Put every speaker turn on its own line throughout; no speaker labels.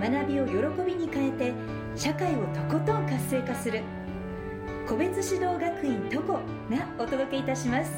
学びを喜びに変えて社会をとことん活性化する個別指導学院トコがお届けいたします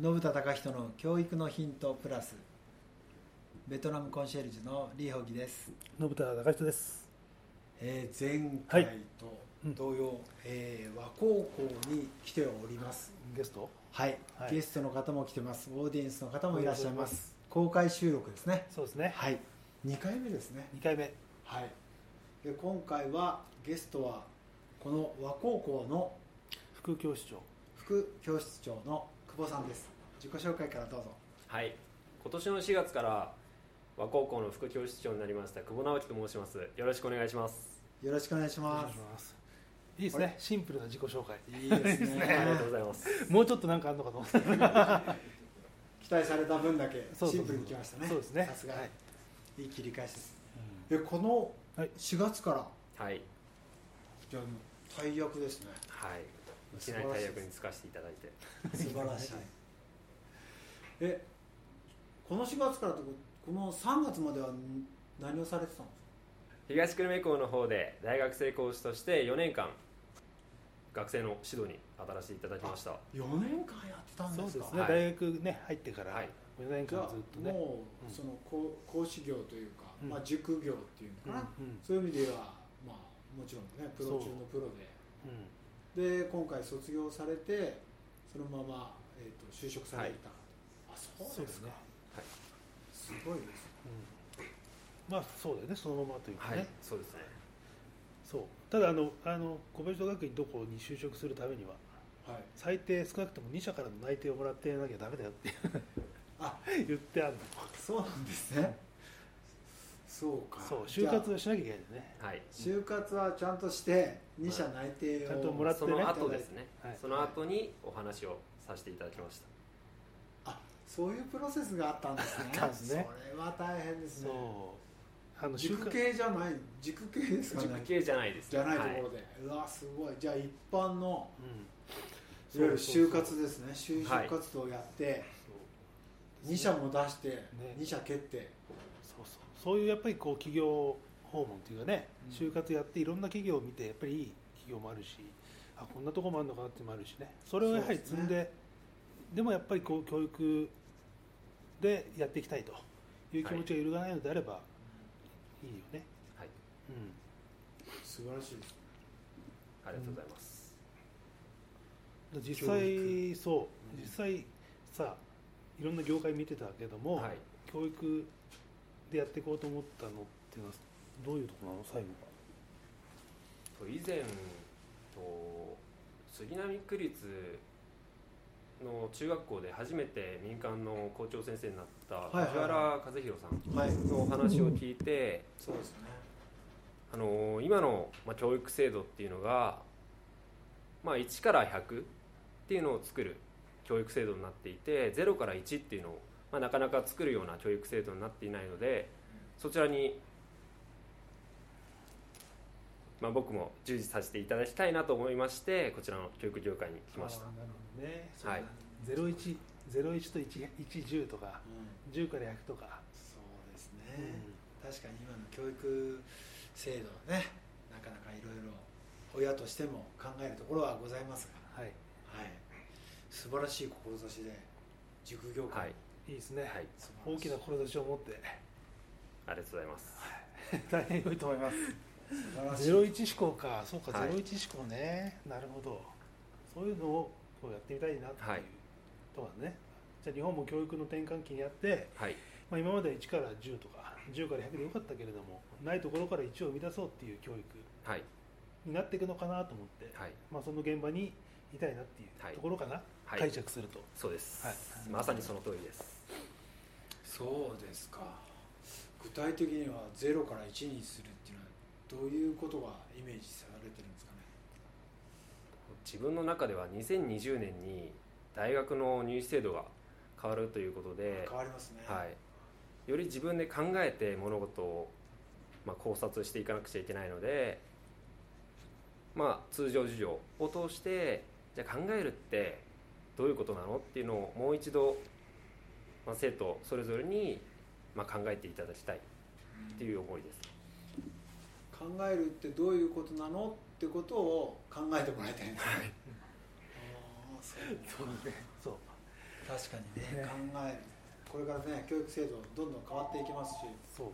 信田隆人の教育のヒントプラスベトナムコンシェルジュのリー・ホギです、
信田隆人です
えー前回
はい
と
うん
同様、えー和高校に来ております
ゲスト
はい、
はい
ゲストの方も来てますオーディエンスの方もいらっしゃいます公開収録ですね
そうですね
はい2回目ですね
2回目
はいで今回はゲストはこの和高校の
副教師長
副教室長の久保さんです自己紹介からどうぞ
はい今年の4月から和高校の副教室長になりました久保直樹と申しますよろしくお願いします
よろしくお願いし
お
ま
願いし
す
ますいいです
あれ
ねシンプルな自己紹介
いいです
いいです
ね
ね
ありがとうございます
もうちょっとなんかあるのかと思った
期待された分だけ
そうそうそう
シンプルにきましたね
そうですね
さすが、、
はい
い切り返しですえこの
はい
4月から
はい
じゃあ大役ですね
はいいきなり大役に就かせていただいて
素晴らしいえこの4月からとこの3月までは何をされてたんで
東久留米校の方で大学生講師として4年間学生の指導に当たらせていただきましたは
すか4年間やってたん
そう
で
です
か
すね
はい
大学ね入ってから
はい
4年
じゃ
間
あ
ずっとね
もう、
うん
その講講師業というか、
うん
まあ、塾業っていう
うん
の
う
か
ん
な、そういう意味では、まあ、もちろんねプロ中のプロでで今回卒業されてそのまま、えー、と就職された、あそ
そう
で
うですす
か
ね
すごいです
うんまあそうだよねそのままというか
い、
ね
そうですね
そうただあのあの小林学院どこに就職するためには
はい
最低少なくとも2社からの内定をもらってなきゃダメだよって
あ
言ってあるの
そうなんですねそうか
そう
じ
就
ゃあ
活をしなきゃいけないんだよね
はい
就活はちゃんとして2社内定を、
ちゃんともらって
そ
ね
の後ですね、
はい
その後にお話をさせていただきました
あそういうプロセスがあったんですね
あったんですね
それは大変ですね
そうあの就
塾
活
系じゃない塾系ですかね
塾系じゃないです
じゃないと
は
ころで、うわすごいじゃあ一般の
う
い
ん
わゆる就活ですね就職活動をやって、二2社も出して、2社蹴って
そうそうそういうやっぱりこう企業訪問というかね、
うん
就活やっていろんな企業を見てやっぱりいい企業もあるしあこんなとこもあるのかなっていうのもあるしねそれをやはり積ん
そう
でで,、もやっぱりこう教育でやっていきたいという気持ちが揺るがないのであれば、い、いよね、
はい
うん、
素晴らしいです
ありがとうございます、
教
実際そう実際さいろんな業界見てたけども、
はい
教育でやっていこうと思ったのっていうのはどういうところなの最後
と以前と杉並区立の中学校で初めて民間の校長先生になった
いはいはい
藤原和弘さん
はい
のお話を聞いて、
そうですね
あの今の、まあ、教育制度っていうのが、まあ、1から100っていうのを作る教育制度になっていて0から1っていうのを、まあ、なかなか作るような教育制度になっていないのでそちらに、まあ、僕も従事させていただきたいなと思いましてこちらの教育業界に来ました
あーなる
ね
そうだね
0101と110とか
ほどうん
10から100とか、
そうですね、確かに今の教育制度はねなかなかいろいろ親としても考えるところはございます
はい
が、はい、素晴らしい志で塾業界、
はい、
いいですね、
はい、
素晴
大
らし
きな志を持って
ありがとうございます
大変良いと思います
素晴らしい
01志向かそうか、
はい
01思考ねなるほどそういうのをこうやってみたいなっていう、
はい
とかねじゃあ日本も教育の転換期にあって、
はい
まあ、今までは1から10とか10から100でよかったけれどもないところから1を生み出そうっていう教育
はい
になっていくのかなと思って、
はい
まあ、その現場にいたいなっていうところかな、
はい
解釈すると、
そうです、
はい
まさにその通りです
そうですか具体的には0から1にするっていうのはどういうことがイメージされてるんですかね
自分の中では2020年に大学の入試制度が変わるということで、
変わりますね、
はい、より自分で考えて物事を、まあ、考察していかなくちゃいけないので、まあ、通常授業を通してじゃあ考えるってどういうことなのっていうのをもう一度、まあ、生徒それぞれに、まあ、考えていただきたいっていう思いです。
考えるってどういうことなのってことを考えてもらいたいんですね、ああそう
そう
確かにね
ね
考えるこれからね教育制度どんどん変わっていきますし
そう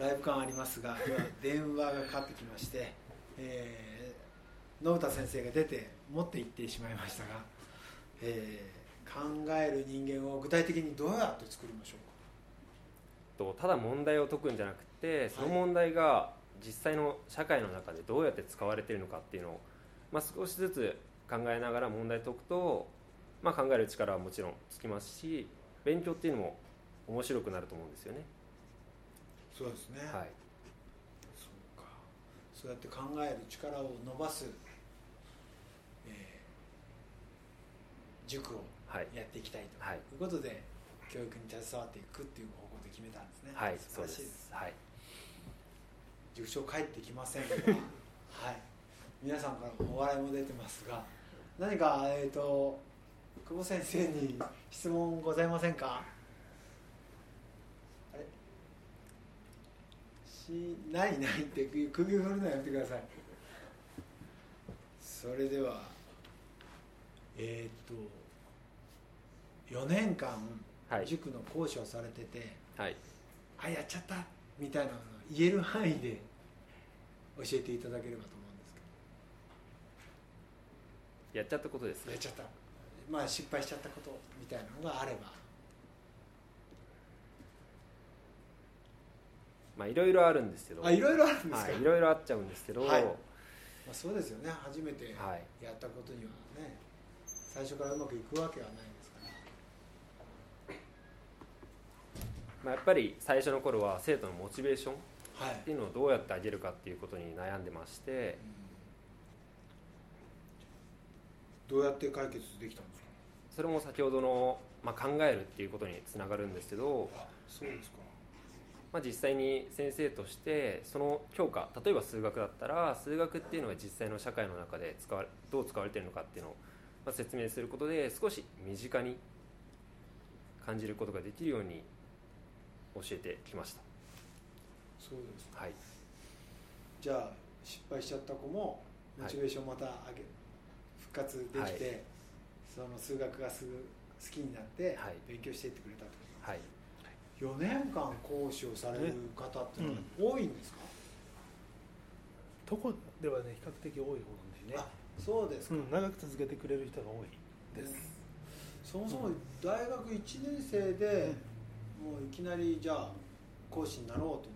ライブ感ありますが今電話がかかってきまして、 えー、信田先生が出て持って行ってしまいましたが、えー考える人間を具体的にどうやって作りましょ
とただ問題を解くんじゃなくてその問題が実際の社会の中でどうやって使われているのかっていうのを、まあ、少しずつ考えながら問題解くと、まあ、考える力はもちろんつきますし勉強っていうのも面白くなると思うんですよね。
うかそうですね、
はい、
そうかそうやって考える力を伸ばす、えー塾を
はい
やっていきたいと
はい
いうことで、教育に携わっていくっていう方向で決めたんですね
はい、
素
そ
晴
う
ら
で
しいです
す。はい、
塾長帰ってきま せんがはい皆さんからもお笑いも出てますが何かえっ、と久保先生に質問ございませんかあれしないないって首振るのやめてくださいそれではえっ、と4年間
はい
塾の講師をされてて、
はい、
あやっちゃったみたいなのを言える範囲で教えていただければと思うんですけ
やっちゃったことです
ど
ね
やっ。ちゃったまあ失敗しちゃったことみたいなのがあれば
まあ、いろいろあるんですけど。
あいろいろあるんですか、
はい、いろいろあっちゃうんですけど。
はいまあ、そうですよね初めて
はい
やったことにはね最初からうまくいくわけはないですから
まあ、やっぱり最初の頃は生徒のモチベーションっ
はい、
ていうのをどうやってあげるかっていうことに悩んでまして。
どうやって解決できたんですか
それも先ほどの、まあ、考えるっていうことにつながるんですけど、
あそうですか
まあ、実際に先生としてその教科例えば数学だったら数学っていうのが実際の社会の中で使われどう使われてるのかっていうのを、まあ、説明することで少し身近に感じることができるように教えてきまし
そうです
た、はい、
じゃあ失敗しちゃった子もモチベーションまた上げ、復活できて、
は
その数学がすぐ好きになって
はい
勉強していってくれたってこ
はい、
と、4年間講師をされる方っていうのは多いんですか、
とこではね比較的多い方なんだよ
あ
ね、
そうです
う
か、
ん、長く続けてくれる人が多いです、
そもそも大学1年生で、もういきなりじゃあ講師になろうと思って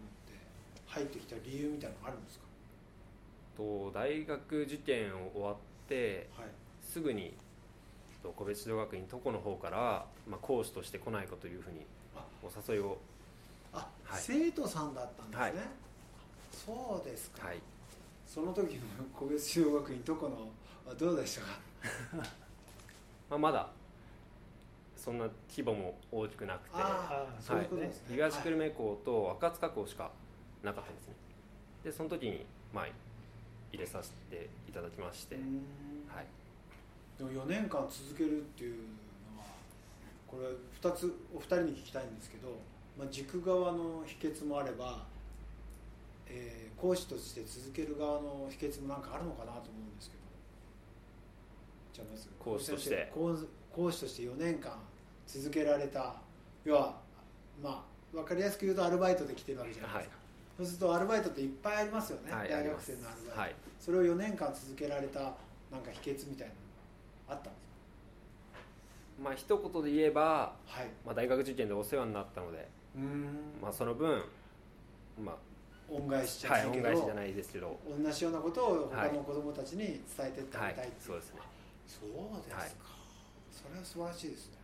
入ってきた理由みたいなのあるんですか、
と大学受験を終わって
はい、
すぐにと個別指導学院とこの方から、まあ、講師として来ないかというふうにお誘いを
あ、
はい
生徒さんだったんですね、
はい
そうですか、
はい
その時の個別指導学院どこのはどうでしたか
まあ、まだそんな規模も大きくなくて、は
ああそういうことですね
い、東久留米校と赤塚校しかなかったんですねでその時に、まあ、入れさせていただきまして、
うーん
はい、
でも4年間続けるっていうのはこれ2つお二人に聞きたいんですけど、まあ、軸側の秘訣もあれば、えー講師として続ける側の秘訣もなんかあるのかなと思うんですけどじゃあまず
講師として
先生講講師として4年間続けられた要はまあ分かりやすく言うとアルバイトで来てるわけじゃないですか、そうするとアルバイトっていっぱいありますよね、
はいあ
大
り
学
ま
生
す
のアルバイト、
はい
それを4年間続けられたなんか秘訣みたいなのがあったんですか
まあ一言で言えば、
はい
まあ、大学受験でお世話になったので、
うーん
まあ、その分、ま
恩返しじ
あ
ゃな
はいい、
け
恩
ど、
返しじゃないですけど、
同じようなことを
は
他
い
の子供たちに伝えていってあ
は
げたい
い
っていう、
そうですね
そうですか、
はい
それは素晴らしいですね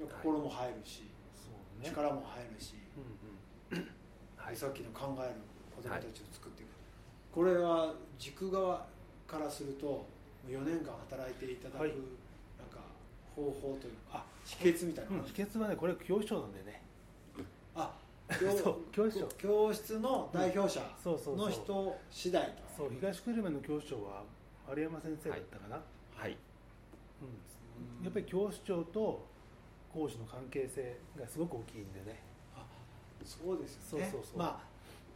い
心も入るし、
そうね、
力も入るし、
うんうん、
はい
さっきの考える子供たちを作っていく、これは軸側からすると4年間働いていただく、
はい
なんか方法というかあ秘訣みたいな
うん
話、
秘訣はねこれ教師長なんでね
あ
そう教室長
教室の代表者
そうそうそう
の人次第と
そう東久留米の教師長は丸山先生だったかな、
はい
うんやっぱり教師長と講師の関係性がすごく大きいんでね
あそうですよね
そうそうそう
ま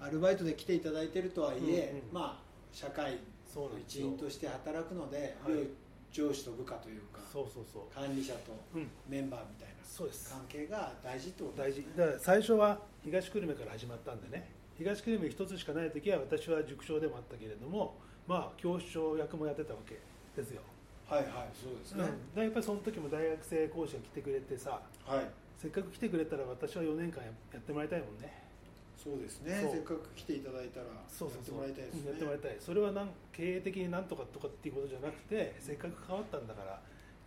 あアルバイトで来ていただいてるとはいえ、
うんうん
まあ社会
そうなん
の
です
一
よ
員として働くので、
はい
上司と部下というか
そうそうそう
管理者と
うん
メンバーみたいな
そうです
関係が大事ってこと
大事だから最初は東久留米から始まったんでね東久留米一つしかない時は私は塾長でもあったけれどもまあ教師長役もやってたわけですよ、
はいはいそうです
うん、
ね
だか、らやっぱりその時も大学生講師が来てくれてさ
はい
せっかく来てくれたら私は4年間ややってもらいたいもんね
そうですね
そう
せっかく来ていただいたらや
そうそう
って
そう
もらいたいですね
うんやってもらいたいそれはなん経営的になんとかとかっていうことじゃなくてせっかく変わったんだから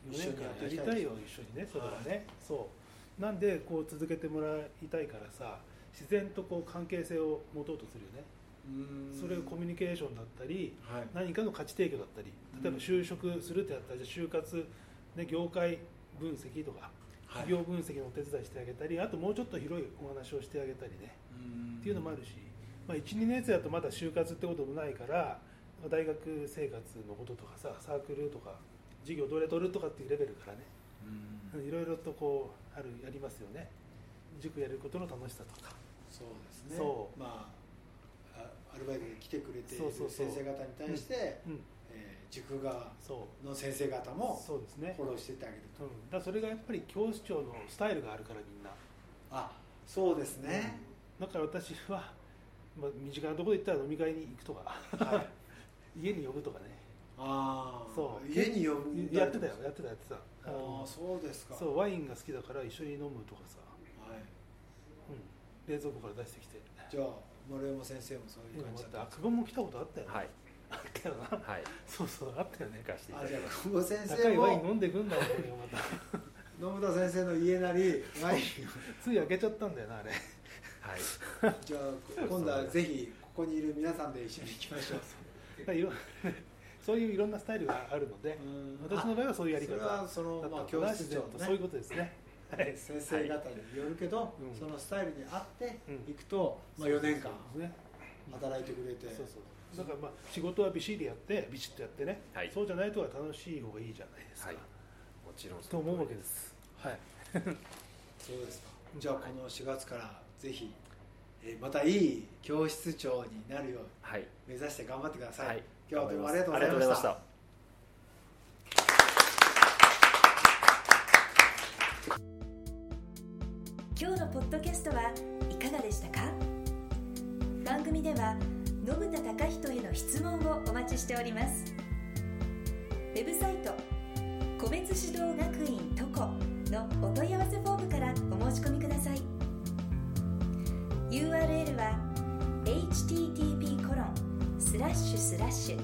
4年間やってみたいよ一緒にねそれはね、そうなんでこう続けてもらいたいからさ自然とこう関係性を持とうとするよね
うーん
それがコミュニケーションだったり
はい
何かの価値提供だったり例えば就職するってやったらじゃあ就活、ね、業界分析とか
はい
企業分析のお手伝いしてあげたりあともうちょっと広いお話をしてあげたりね
うーん
っていうのもあるし、まあ、12年生だとまだ就活ってこともないから大学生活のこととかさサークルとか授業どれ取るとかっていうレベルからね
うーん
いろいろとこうあるやりますよね塾やることの楽しさとか
そうですね
そう
まああアルバイトで来てくれている
そうそうそう
先生方に対して、
うん
えー塾側
そ
の先生方
う
も
そうですね
フォローしてってあげる
う
と、
ん、だからそれがやっぱり教師長のスタイルがあるからみんな
あそうですね、
だから私は、まあ、身近なところで言ったら飲み会に行くとか
はい
家に呼ぶとかね
ああ
そう
家に呼ぶ
やってたよやってたやってた
あ
あ
あ
の
そうですか
そうワインが好きだから一緒に飲むとかさ
はい、
うん、冷蔵庫から出してきて、
じゃあ丸山先生もそういう
今
感
思
じ
っ
だった
たあ久保も来たことあったよね、
はい
あったよな、
はい
そうそう、あったよね
行、かせていた
あ
だ
じ
き
ゃあ
ます
久保先
高
生
いワイン
も
飲んでくんだよ、これがまた、
野村先生の家なりワイン
つい開けちゃったんだよな、あれ、
はい
をじゃあ今度はぜひここにいる皆さんで一緒に行きましょう
だからいろん そういういろんなスタイルがあるので、
うん
私の場合はそういうやり
そ
方
れ
だ
は
っ
その
た、
まあ、
か
教
ら、
室
自
長
然
の
と
ね
そういうことですね、はい、
先生方によるけど、
うん
そのスタイルに合って
うん
行くと、まあ、4年間
そうですね
働いてくれて
そうそうだからまあ仕事はビシッとやってビシッとやってね、
はい
そうじゃないとは楽しい方がいいじゃないですか、
はいもちろん
と
その
思う
通
わ
り
けです
はいそうですかじゃあこの4月からぜひ、えーまたいい教室長になるように
はい
目指して頑張ってください、
はい
今日はどうもありがとうご
ありがとう
ざい
ござい
ま
ま
し
したた
今日のポッドキャストはいかがでしたか番組では信田貴人への質問をお待ちしておりますウェブサイト個別指導学院トコのお問い合わせフォームからお申し込みください URL は http コロンスラッシュスラッシュ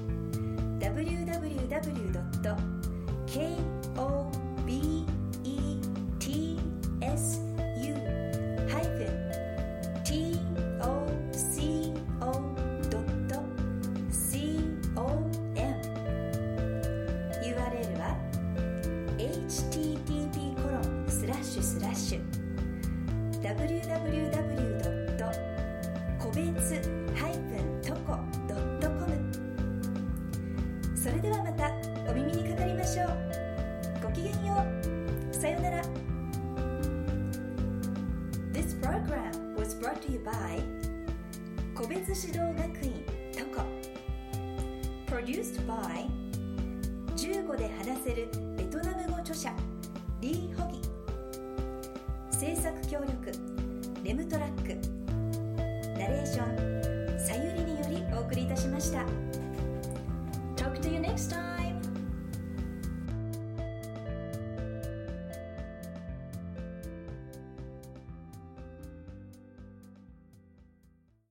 www.kobets u-toco.com URL は http コロンスラッシュスラッシュ www. 個別 -toco.com それではまたお耳にかかりましょうごきげんようさようなら This program was brought to you by 個別指導学院 TOCO Produced by 15で話せるベトナム語著者リー・ホギ制作協力レムトラックナレーションさゆりによりお送りいたしました Talk to you next time!